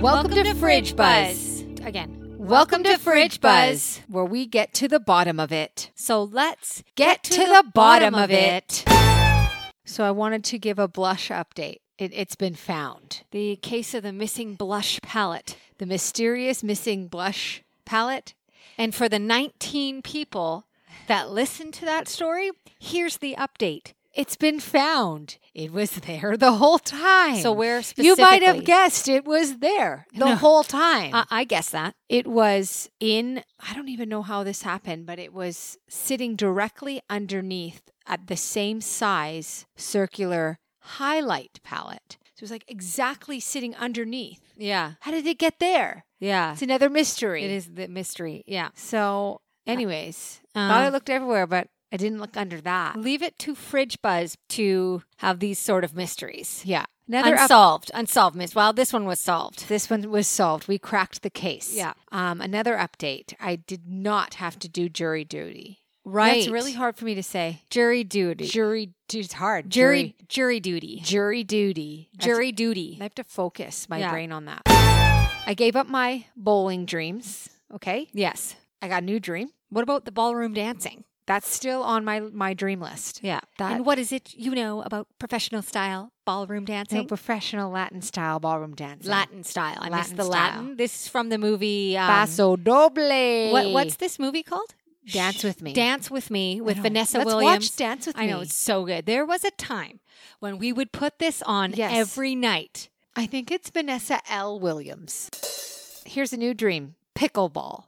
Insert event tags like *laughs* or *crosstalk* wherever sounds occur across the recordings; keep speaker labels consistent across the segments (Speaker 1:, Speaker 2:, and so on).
Speaker 1: Welcome, to, Fridge Buzz.
Speaker 2: Again.
Speaker 1: Welcome to Fridge Buzz, where we get to the bottom of it.
Speaker 2: So let's
Speaker 1: Get to the bottom of it. So I wanted to give a blush update. It, it's been found.
Speaker 2: The case of the missing blush palette.
Speaker 1: The mysterious missing blush palette.
Speaker 2: And for the 19 people that listened to that story, here's the update.
Speaker 1: It's been found. It was there the whole time.
Speaker 2: So where
Speaker 1: You might
Speaker 2: specifically? Uh,
Speaker 1: have guessed it was there the whole time.
Speaker 2: I, I guess that.
Speaker 1: it was in i don't even know how this happened but it was sitting directly underneath at the same size circular highlight palette so it was like exactly sitting underneath
Speaker 2: Yeah.
Speaker 1: how did it get there
Speaker 2: Yeah.
Speaker 1: it's another mystery
Speaker 2: It is the mystery. Yeah.
Speaker 1: so anyways thought i
Speaker 2: Um,
Speaker 1: looked everywhere but i didn't look under that
Speaker 2: Leave it to Fridge Buzz to have these sort of mysteries.
Speaker 1: yeah another up-
Speaker 2: unsolved. unsolved mysteries. Well, this one was solved.
Speaker 1: This one was solved. We cracked the case.
Speaker 2: Yeah.
Speaker 1: Um, another update. I did not have to do jury duty. It's
Speaker 2: Right.
Speaker 1: really hard for me to say.
Speaker 2: Jury duty.
Speaker 1: Jury duty. It's hard.
Speaker 2: Jury jury duty.
Speaker 1: Jury duty.
Speaker 2: Jury
Speaker 1: I
Speaker 2: duty.
Speaker 1: have to focus my
Speaker 2: Yeah.
Speaker 1: brain on that. I gave up my bowling dreams. Okay.
Speaker 2: Yes.
Speaker 1: I got a new dream.
Speaker 2: What about the ballroom dancing?
Speaker 1: That's still on my my dream list.
Speaker 2: Yeah.
Speaker 1: That-
Speaker 2: and what is it you know about professional style ballroom
Speaker 1: So
Speaker 2: dancing?
Speaker 1: professional Latin style ballroom dancing.
Speaker 2: Latin style. I missed
Speaker 1: Latin
Speaker 2: the
Speaker 1: style.
Speaker 2: Latin. This is from the movie. Um,
Speaker 1: Paso doble.
Speaker 2: what, what's this movie called?
Speaker 1: Dance with me.
Speaker 2: Dance with me
Speaker 1: I
Speaker 2: with
Speaker 1: know.
Speaker 2: Vanessa
Speaker 1: Let's
Speaker 2: Williams.
Speaker 1: Watch Dance with
Speaker 2: I
Speaker 1: me.
Speaker 2: know it's so good. There was a time when we would put this on
Speaker 1: Yes.
Speaker 2: every night.
Speaker 1: I think it's Vanessa L. Williams. Here's a new dream. Pickleball.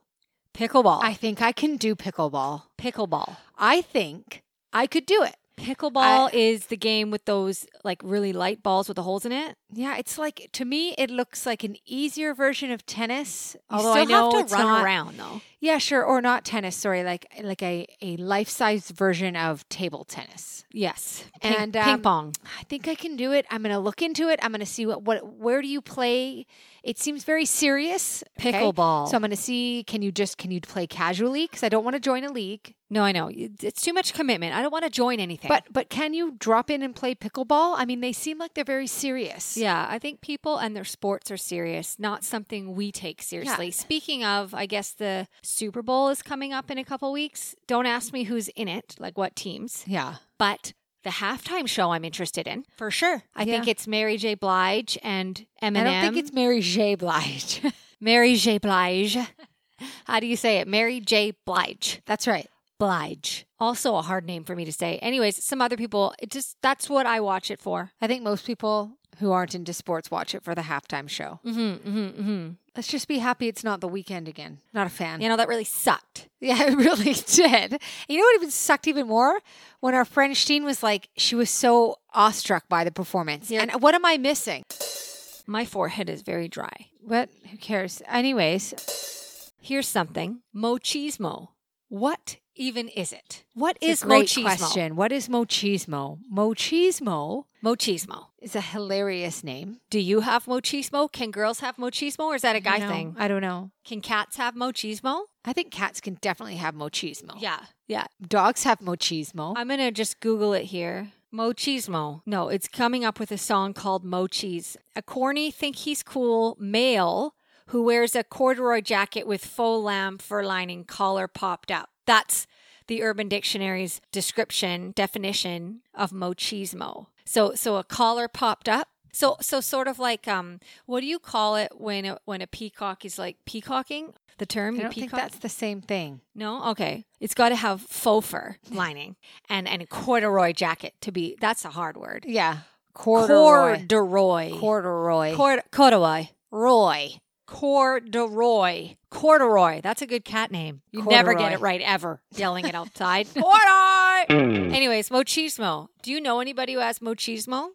Speaker 2: Pickleball.
Speaker 1: I think I can do pickleball.
Speaker 2: pickleball.
Speaker 1: I think I could do it.
Speaker 2: Pickleball is the game with those like really light balls with the holes in it.
Speaker 1: Yeah, it's like to me, it looks like an easier version of tennis.
Speaker 2: You
Speaker 1: although
Speaker 2: still
Speaker 1: I know
Speaker 2: have
Speaker 1: it's
Speaker 2: to run
Speaker 1: not-
Speaker 2: around though.
Speaker 1: Yeah, sure, or not tennis. Sorry, like like a a life size version of table tennis.
Speaker 2: Yes. Ping,
Speaker 1: And, um,
Speaker 2: ping pong.
Speaker 1: I think I can do it. I'm gonna look into it. I'm gonna see what what where do you play. It seems very serious. okay?
Speaker 2: Pickleball.
Speaker 1: So I'm gonna see. Can you just can you play casually? Because I don't want to join a league.
Speaker 2: No, I know. It- It's too much commitment. I don't want to join anything.
Speaker 1: But but can you drop in and play pickleball? I mean, they seem like they're very serious.
Speaker 2: yeah, I think people and their sports are serious, not something we take seriously. Speaking of, I guess the Super Bowl is coming up in a couple weeks. Don't ask me who's in it, like what teams,
Speaker 1: Yeah.
Speaker 2: but the halftime show I'm interested in for sure. I think
Speaker 1: Yeah.
Speaker 2: it's Mary J. Blige and Eminem.
Speaker 1: I don't think it's Mary J. Blige. *laughs*
Speaker 2: Mary J. Blige. *laughs* How do you say it? Mary J. Blige.
Speaker 1: That's right.
Speaker 2: Blige. Also a hard name for me to say. Anyways, some other people, it just that's what I watch it for.
Speaker 1: I think most people who aren't into sports watch it for the halftime show.
Speaker 2: Mm-hmm, mm-hmm, mm-hmm.
Speaker 1: Let's just be happy it's not the weekend again. Not a fan.
Speaker 2: You know, that really sucked.
Speaker 1: Yeah, *laughs* it really did. You know what even sucked even more? When our friend Sheen was like, she was so awestruck by the performance.
Speaker 2: Yeah.
Speaker 1: And what am I missing?
Speaker 2: My forehead is very dry.
Speaker 1: What? Who cares? Anyways,
Speaker 2: Here's something Mochismo. What even is it? What
Speaker 1: it's
Speaker 2: is
Speaker 1: a great
Speaker 2: Mochismo?
Speaker 1: question. What is Mochismo? Mochismo
Speaker 2: Mochismo.
Speaker 1: is a hilarious name.
Speaker 2: Do you have Mochismo? Can girls have Mochismo or is that a guy
Speaker 1: You know,
Speaker 2: thing?
Speaker 1: I don't know.
Speaker 2: Can cats have Mochismo?
Speaker 1: I think cats can definitely have Mochismo.
Speaker 2: Yeah. Yeah.
Speaker 1: Dogs have Mochismo.
Speaker 2: I'm going to just Google it here. Mochismo. No, it's coming up with a song called Mochis. A corny, think he's cool male who wears a corduroy jacket with faux lamb fur lining collar popped up. That's the Urban Dictionary's description, definition of mochismo. So, so a collar popped up. So, so sort of like, um, what do you call it when a, when a peacock is like peacocking? The term
Speaker 1: I don't
Speaker 2: peacock.
Speaker 1: think that's the same thing.
Speaker 2: No, okay. It's got to have faux fur lining and and a corduroy jacket to be. That's a hard word.
Speaker 1: Yeah.
Speaker 2: Corduroy.
Speaker 1: Corduroy.
Speaker 2: Cord- corduroy.
Speaker 1: Roy.
Speaker 2: Corduroy. Corduroy. That's a good cat name. You never get
Speaker 1: Corduroy.
Speaker 2: it right ever. Yelling it
Speaker 1: *laughs*
Speaker 2: outside. corduroy. Anyways, mochismo. Do you know anybody who has mochismo?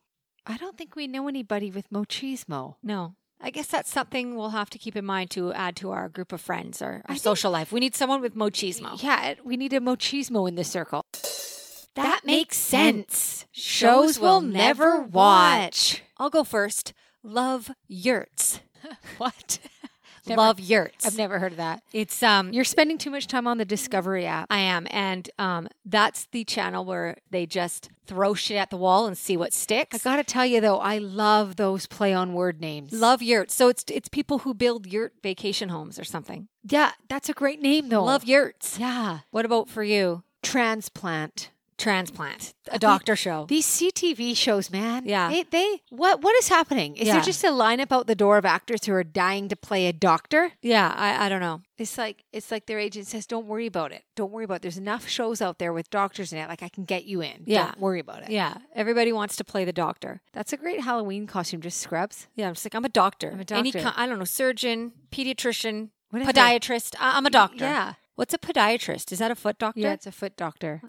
Speaker 1: I don't think we know anybody with mochismo.
Speaker 2: No. I guess that's something we'll have to keep in mind to add to our group of friends or
Speaker 1: I
Speaker 2: our
Speaker 1: think-
Speaker 2: social life. We need someone with mochismo.
Speaker 1: Yeah, it- we need a mochismo in the *laughs* circle.
Speaker 2: That makes sense.
Speaker 1: Shows we'll never watch.
Speaker 2: I'll go first. Love yurts.
Speaker 1: What? Never-
Speaker 2: Love Yurts.
Speaker 1: I've never heard of that.
Speaker 2: it's um
Speaker 1: You're spending too much time on the Discovery app.
Speaker 2: I am and um that's the channel where they just throw shit at the wall and see what sticks.
Speaker 1: I got to tell you though, I love those play on word names.
Speaker 2: Love Yurts. So it's it's people who build yurt vacation homes or something.
Speaker 1: Yeah, that's a great name though.
Speaker 2: Love Yurts.
Speaker 1: Yeah.
Speaker 2: What about for you?
Speaker 1: Transplant.
Speaker 2: Transplant. A doctor show.
Speaker 1: These CTV shows, man.
Speaker 2: Yeah.
Speaker 1: They, they what what is happening? Is
Speaker 2: Yeah.
Speaker 1: there just a lineup out the door of actors who are dying to play a doctor?
Speaker 2: yeah, I, I don't know.
Speaker 1: It's like it's like their agent says, Don't worry about it. Don't worry about it. There's enough shows out there with doctors in it. Like I can get you in.
Speaker 2: Yeah.
Speaker 1: Don't worry about it.
Speaker 2: Yeah. Everybody wants to play the doctor.
Speaker 1: That's a great Halloween costume, just scrubs.
Speaker 2: Yeah, I'm just like I'm a doctor.
Speaker 1: I'm a
Speaker 2: Any
Speaker 1: doctor.
Speaker 2: kind, I don't know, surgeon, pediatrician,
Speaker 1: Whatever.
Speaker 2: podiatrist. I- I'm a doctor.
Speaker 1: Yeah.
Speaker 2: What's a podiatrist? Is that a foot doctor?
Speaker 1: Yeah, it's a foot doctor.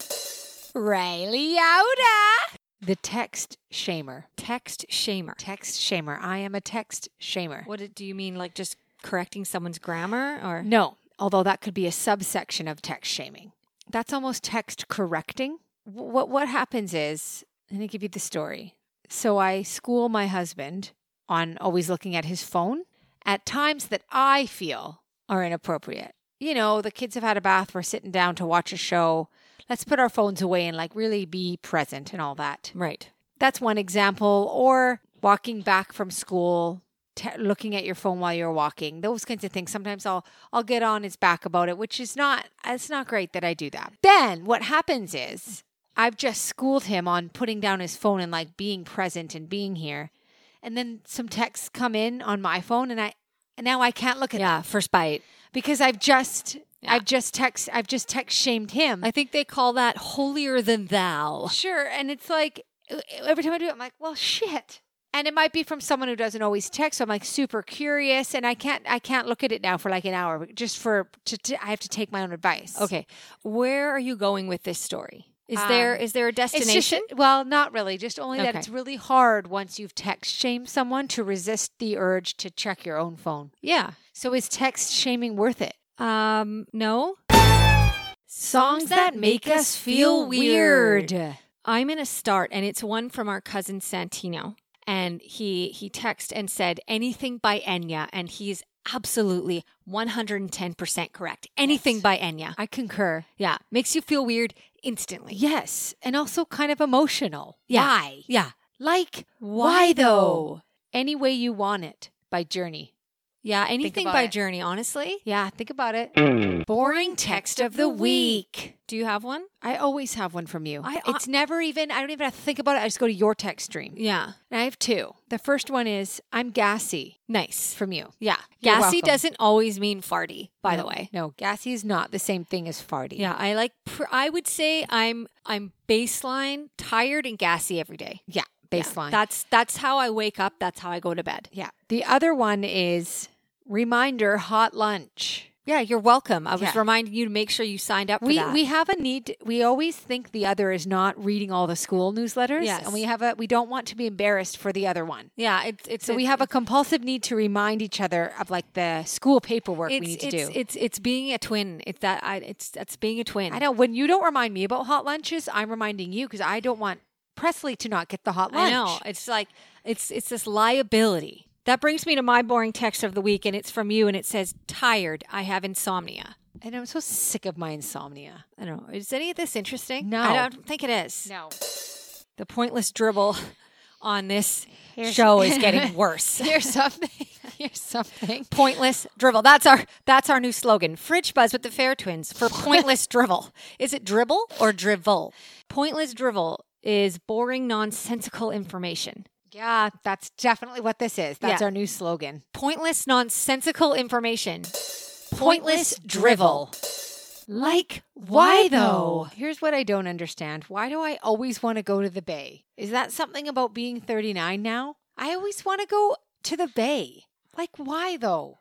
Speaker 2: Riley Outa.
Speaker 1: The text shamer.
Speaker 2: Text shamer.
Speaker 1: Text shamer. I am a text shamer.
Speaker 2: What it- do you mean? Like just correcting someone's grammar, or
Speaker 1: No, although that could be a subsection of text shaming. That's almost text correcting. Wh- What what happens is, let me give you the story. So I school my husband on always looking at his phone at times that I feel are inappropriate. You know, the kids have had a bath, we're sitting down to watch a show. Let's put our phones away and like really be present and all that.
Speaker 2: right?
Speaker 1: That's one example. Or walking back from school, te- looking at your phone while you're walking, those kinds of things. Sometimes I'll I'll get on his back about it, which is not it's not great that I do that. Then what happens is I've just schooled him on putting down his phone and like being present and being here. And then some texts come in on my phone, and I and now I can't look at them
Speaker 2: Yeah, first bite.
Speaker 1: because I've just
Speaker 2: Yeah.
Speaker 1: I've just text I've just text shamed him.
Speaker 2: I think they call that holier than thou.
Speaker 1: Sure. And it's like e, every time I do it, I'm like, well, shit. And it might be from someone who doesn't always text. So I'm like super curious, and I can't I can't look at it now for like an hour, but just for to, to I have to take my own advice.
Speaker 2: Okay, where are you going with this story? Is there
Speaker 1: Um,
Speaker 2: is there a
Speaker 1: It's
Speaker 2: destination?
Speaker 1: just well, not really. Just only that
Speaker 2: Okay.
Speaker 1: it's really hard once you've text shamed someone to resist the urge to check your own phone.
Speaker 2: yeah.
Speaker 1: So is text shaming worth it?
Speaker 2: Um. No.
Speaker 1: Songs
Speaker 2: that make us feel weird. I'm gonna start, and it's one from our cousin Santino, and he he texted and said anything by Enya, and he's absolutely 110 percent correct. Anything
Speaker 1: Yes.
Speaker 2: by Enya,
Speaker 1: I concur.
Speaker 2: yeah, makes you feel weird instantly.
Speaker 1: Yes, and also kind of emotional.
Speaker 2: Yeah.
Speaker 1: Why?
Speaker 2: Yeah,
Speaker 1: Like
Speaker 2: Why though?
Speaker 1: Any Way You Want It by Journey.
Speaker 2: yeah, anything
Speaker 1: about
Speaker 2: by
Speaker 1: it.
Speaker 2: Journey. Honestly,
Speaker 1: Yeah, think about it.
Speaker 2: boring text of the week. Do you have one?
Speaker 1: I always have one from you.
Speaker 2: I-
Speaker 1: it's never even, I don't even have to think about it. I just go to your text stream.
Speaker 2: Yeah,
Speaker 1: And I have two. The first one is I'm gassy
Speaker 2: nice.
Speaker 1: from you.
Speaker 2: Yeah,
Speaker 1: You're
Speaker 2: gassy
Speaker 1: welcome.
Speaker 2: doesn't always mean farty. By the way,
Speaker 1: No, gassy is not the same thing as farty.
Speaker 2: yeah, I like. Pr- I would say I'm I'm baseline tired and gassy every day.
Speaker 1: Yeah,
Speaker 2: Yeah,
Speaker 1: baseline. Yeah,
Speaker 2: that's that's how I wake up. That's how I go to bed.
Speaker 1: The other one is reminder hot lunch.
Speaker 2: Yeah, you're welcome. I was
Speaker 1: Yeah.
Speaker 2: reminding you to make sure you signed up for
Speaker 1: We,
Speaker 2: that.
Speaker 1: we have a need we always think the other is not reading all the school newsletters
Speaker 2: Yes.
Speaker 1: and we have a we don't want to be embarrassed for the other one
Speaker 2: yeah, it's it's
Speaker 1: So we have a compulsive need to remind each other of like the school paperwork we
Speaker 2: it's,
Speaker 1: need to
Speaker 2: it's,
Speaker 1: do.
Speaker 2: It's, it's being a twin. It's that I it's that's being a twin.
Speaker 1: I know when you don't remind me about hot lunches, I'm reminding you because I don't want Presley to not get the hot lunch.
Speaker 2: I know. It's like it's it's this liability. That brings me to my boring text of the week and it's from you and it says tired, I have insomnia.
Speaker 1: And I'm so sick of my insomnia.
Speaker 2: I don't know. Is any of this interesting?
Speaker 1: No.
Speaker 2: I don't think it is.
Speaker 1: No.
Speaker 2: The pointless dribble *laughs* on this
Speaker 1: Here's-
Speaker 2: show
Speaker 1: *laughs*
Speaker 2: is getting worse.
Speaker 1: *laughs* Here's something. *laughs* Here's something.
Speaker 2: pointless drivel. That's our that's our new slogan. Fridge buzz with the Fair Twins *laughs* for pointless drivel. Is it dribble or drivel? Pointless drivel is boring nonsensical information.
Speaker 1: Yeah, that's definitely what this is. That's
Speaker 2: Yeah.
Speaker 1: our new slogan.
Speaker 2: Pointless nonsensical information. Pointless drivel. Like why though?
Speaker 1: Here's what I don't understand. Why do I always want to go to the bay? Is that something about being 39 now? I always want to go to the bay. Like, why though?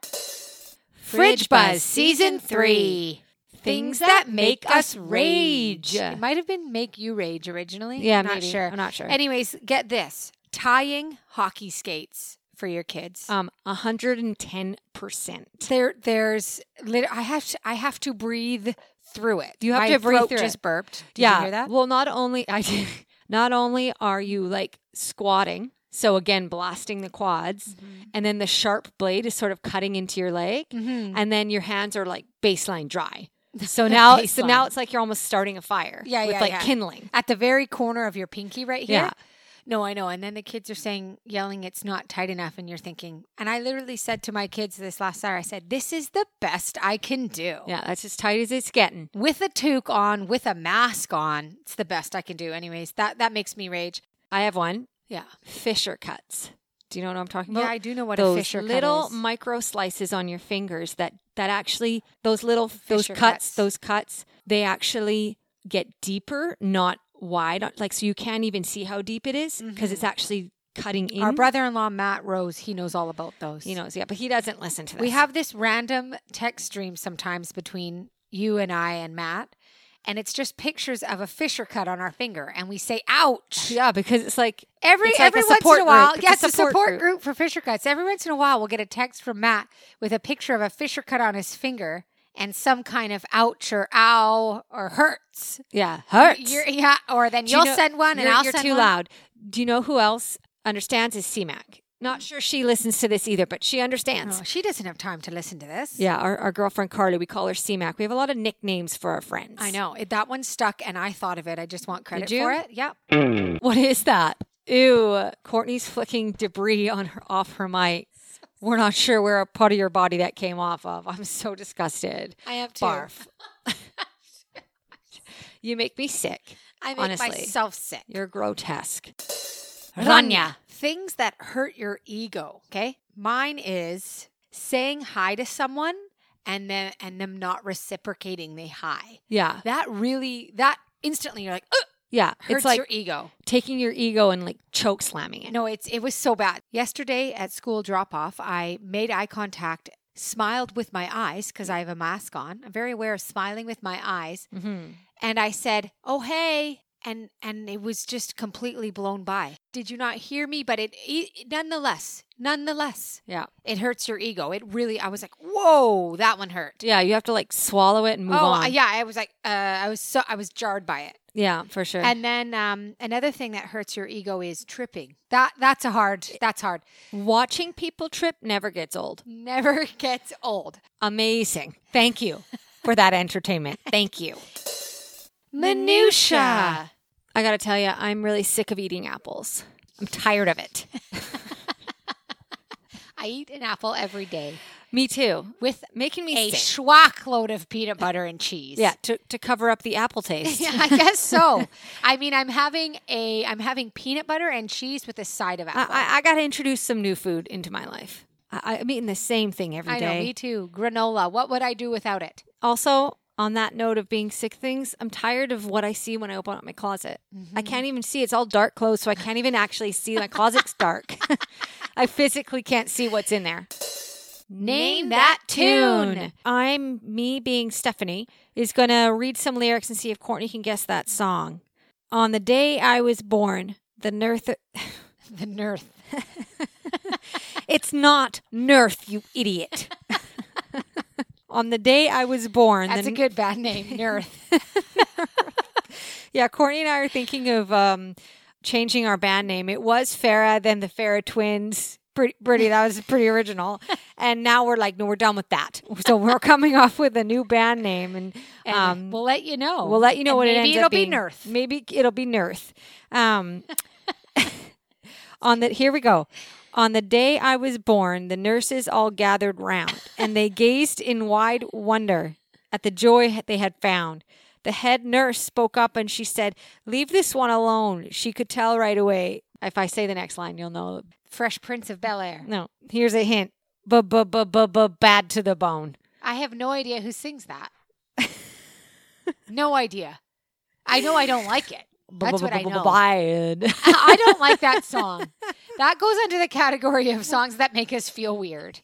Speaker 2: Fridge Buzz Season 3.
Speaker 1: Things that make us rage. It might have been make you rage originally.
Speaker 2: Yeah,
Speaker 1: not
Speaker 2: maybe.
Speaker 1: sure.
Speaker 2: I'm not sure.
Speaker 1: Anyways, get this tying hockey skates for your kids.
Speaker 2: Um 110%.
Speaker 1: there, there's. Lit- I have to. I have to breathe through it.
Speaker 2: You have
Speaker 1: My
Speaker 2: to breathe
Speaker 1: throat
Speaker 2: through
Speaker 1: Just
Speaker 2: it.
Speaker 1: burped. Did
Speaker 2: yeah. *laughs*
Speaker 1: you hear that?
Speaker 2: Well, not only I did, not only are you like squatting So again, blasting the quads.
Speaker 1: Mm-hmm.
Speaker 2: And then the sharp blade is sort of cutting into your leg.
Speaker 1: Mm-hmm.
Speaker 2: And then your hands are like baseline
Speaker 1: *laughs*
Speaker 2: dry. So now so
Speaker 1: Baseline.
Speaker 2: now it's like you're almost starting a fire.
Speaker 1: Yeah,
Speaker 2: With
Speaker 1: yeah,
Speaker 2: like
Speaker 1: yeah.
Speaker 2: kindling.
Speaker 1: At the very corner of your pinky right here.
Speaker 2: Yeah.
Speaker 1: No, I know. And then the kids are saying, yelling, it's not tight enough. And you're thinking, and I literally said to my kids this last hour, I said, this is the best I can do.
Speaker 2: Yeah, that's as tight as it's getting.
Speaker 1: With a toque on, with a mask on, it's the best I can do. Anyways, that, that makes me rage.
Speaker 2: I have one.
Speaker 1: Yeah.
Speaker 2: Fisher cuts. Do you know what I'm talking about?
Speaker 1: yeah, I do know what
Speaker 2: those
Speaker 1: a fisher
Speaker 2: little
Speaker 1: cut is.
Speaker 2: micro slices on your fingers that that actually those little those
Speaker 1: Fisher
Speaker 2: cuts,
Speaker 1: cuts.
Speaker 2: those cuts they actually get deeper not wide like so you can't even see how deep it is because it's actually cutting in
Speaker 1: Mm-hmm. Our brother-in-law, Matt Rose, he knows all about those.
Speaker 2: you know yeah but he doesn't listen to this
Speaker 1: We have this random text stream sometimes between you and I and Matt, and it's just pictures of a fisher cut on our finger, and we say "ouch"
Speaker 2: yeah because it's like
Speaker 1: every
Speaker 2: It's like a
Speaker 1: every once in
Speaker 2: support
Speaker 1: a while.
Speaker 2: group. It's
Speaker 1: Yeah,
Speaker 2: a
Speaker 1: it's a
Speaker 2: support
Speaker 1: support
Speaker 2: group.
Speaker 1: group. for fisher cuts. Every once in a while, we'll get a text from Matt with a picture of a fisher cut on his finger and some kind of "ouch" or "ow" or "hurts."
Speaker 2: yeah hurts
Speaker 1: You're, yeah, or then
Speaker 2: Do
Speaker 1: you
Speaker 2: you
Speaker 1: will
Speaker 2: know-
Speaker 1: send one, and
Speaker 2: You're-
Speaker 1: I'll
Speaker 2: you're
Speaker 1: send
Speaker 2: too
Speaker 1: one.
Speaker 2: loud do you know who else understands is cmac not sure she listens to this either but she understands
Speaker 1: Oh, she doesn't have time to listen to this.
Speaker 2: Yeah, our, our girlfriend Carly, we call her CMAC. We have a lot of nicknames for our friends.
Speaker 1: I know it, that one stuck, and I thought of it. I just want credit
Speaker 2: you?
Speaker 1: for it. Yep.
Speaker 2: What is that? Ew. Courtney's flicking debris on her off her mic. We're not sure where a part of your body that came off of. I'm so disgusted.
Speaker 1: I have
Speaker 2: *laughs*
Speaker 1: two.
Speaker 2: Barf. you make me sick.
Speaker 1: I make
Speaker 2: Honestly.
Speaker 1: myself sick.
Speaker 2: You're grotesque.
Speaker 1: Rania. Things that hurt your ego. Okay. Mine is saying hi to someone and then and them not reciprocating the hi.
Speaker 2: Yeah.
Speaker 1: That really that instantly you're like, Ugh,
Speaker 2: Yeah.
Speaker 1: hurts
Speaker 2: it's like
Speaker 1: your ego.
Speaker 2: taking your ego and like choke slamming it.
Speaker 1: No, it's it was so bad. Yesterday at school drop off, I made eye contact, smiled with my eyes because I have a mask on. I'm very aware of smiling with my eyes.
Speaker 2: Mm-hmm.
Speaker 1: and I said, "Oh hey," and and it was just completely blown by. Did you not hear me? But it, it nonetheless, nonetheless,
Speaker 2: Yeah.
Speaker 1: it hurts your ego. It really. I was like, "Whoa, that one hurt."
Speaker 2: Yeah. You have to like swallow it and move
Speaker 1: oh
Speaker 2: on.
Speaker 1: yeah, I was like, uh, I was so I was jarred by it.
Speaker 2: Yeah, for sure.
Speaker 1: And then um, another thing that hurts your ego is tripping. That that's a hard. That's hard.
Speaker 2: Watching people trip never gets old.
Speaker 1: Never *laughs* gets old.
Speaker 2: Amazing. Thank you for that entertainment. Thank you.
Speaker 1: Minutia.
Speaker 2: I got to tell you, I'm really sick of eating apples. I'm tired of it.
Speaker 1: I eat an apple every day
Speaker 2: Me too.
Speaker 1: with
Speaker 2: Making me
Speaker 1: a
Speaker 2: sick.
Speaker 1: schwack load of peanut butter and cheese.
Speaker 2: Yeah, to, to cover up the apple taste.
Speaker 1: *laughs* Yeah, I guess so. I mean, I'm having a I'm having peanut butter and cheese with a side of
Speaker 2: I,
Speaker 1: apple.
Speaker 2: I, I got to introduce some new food into my life. I, I'm eating the same thing every
Speaker 1: I
Speaker 2: day.
Speaker 1: know, me too. Granola. What would I do without it? *laughs*
Speaker 2: Also, on that note of being sick things, I'm tired of what I see when I open up my closet.
Speaker 1: Mm-hmm.
Speaker 2: I can't even see. It's all dark clothes, so I can't even actually see. My closet's dark. *laughs* I physically can't see what's in there.
Speaker 1: Name that tune.
Speaker 2: I'm me being Stephanie is going to read some lyrics and see if Courtney can guess that song. On the day I was born, the nerth *laughs*
Speaker 1: The nerf.
Speaker 2: it's not nerth, you idiot. *laughs* On the day I was born,
Speaker 1: That's
Speaker 2: the
Speaker 1: a good
Speaker 2: *laughs*
Speaker 1: bad name. Nerf.
Speaker 2: Yeah, Courtney and I are thinking of um, changing our band name. It was Farah, then the Farah Twins. Pretty, pretty, that was pretty original. And now we're like, no, we're done with that. So we're coming *laughs* off with a new band name, and,
Speaker 1: And
Speaker 2: um,
Speaker 1: we'll let you know.
Speaker 2: we'll let you know
Speaker 1: And
Speaker 2: what it
Speaker 1: maybe
Speaker 2: ends
Speaker 1: it'll
Speaker 2: up
Speaker 1: be
Speaker 2: being.
Speaker 1: Nerf.
Speaker 2: Maybe it'll be Nerth.
Speaker 1: *laughs*
Speaker 2: Um, *laughs* on the here we go. On the day I was born, the nurses all gathered round, and they gazed in wide wonder at the joy they had found. The head nurse spoke up and she said, "Leave this one alone." She could tell right away. If I say the next line, you'll know.
Speaker 1: Fresh Prince of Bel Air.
Speaker 2: No, here's a hint. Bu- bu- bu- bu- bu- Bad to the bone.
Speaker 1: I have no idea who sings that.
Speaker 2: *laughs*
Speaker 1: no idea. I know I don't
Speaker 2: *laughs*
Speaker 1: like it. That's what I know.
Speaker 2: Bad. *laughs*
Speaker 1: *laughs* I don't like that song. That goes under the category of songs that make us feel weird.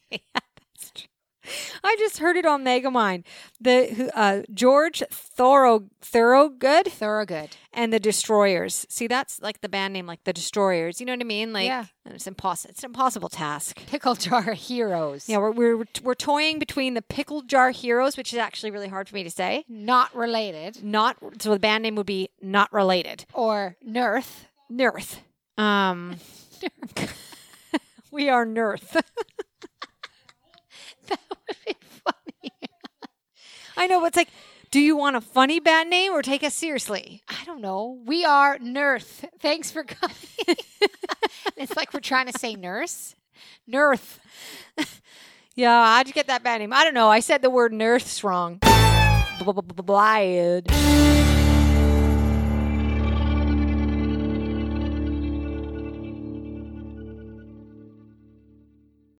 Speaker 2: I just heard it on Megamind. The who- uh, George Thorough Thoroughgood
Speaker 1: Thoroughgood.
Speaker 2: and the Destroyers. See, that's like the band name, like the Destroyers. You know what I mean? Like,
Speaker 1: Yeah.
Speaker 2: it's impossible. It's an impossible task.
Speaker 1: Pickle Jar Heroes.
Speaker 2: Yeah, we're, we're we're toying between the Pickle Jar Heroes, which is actually really hard for me to say.
Speaker 1: Not related.
Speaker 2: Not so the band name would be not related.
Speaker 1: Or Nerf.
Speaker 2: Nerth. Um,
Speaker 1: Nerf.
Speaker 2: *laughs* We are Nerth. *laughs*
Speaker 1: that would be funny.
Speaker 2: I know, but it's like, do you want a funny bad name or take us seriously?
Speaker 1: *laughs* I don't know. We are Nerth. Thanks for coming. *laughs* it's like we're trying to say nurse. Nerth.
Speaker 2: Yeah, how'd you get that bad name? I don't know. I said the word Nerths wrong. Bl- bl- bl- Blyad.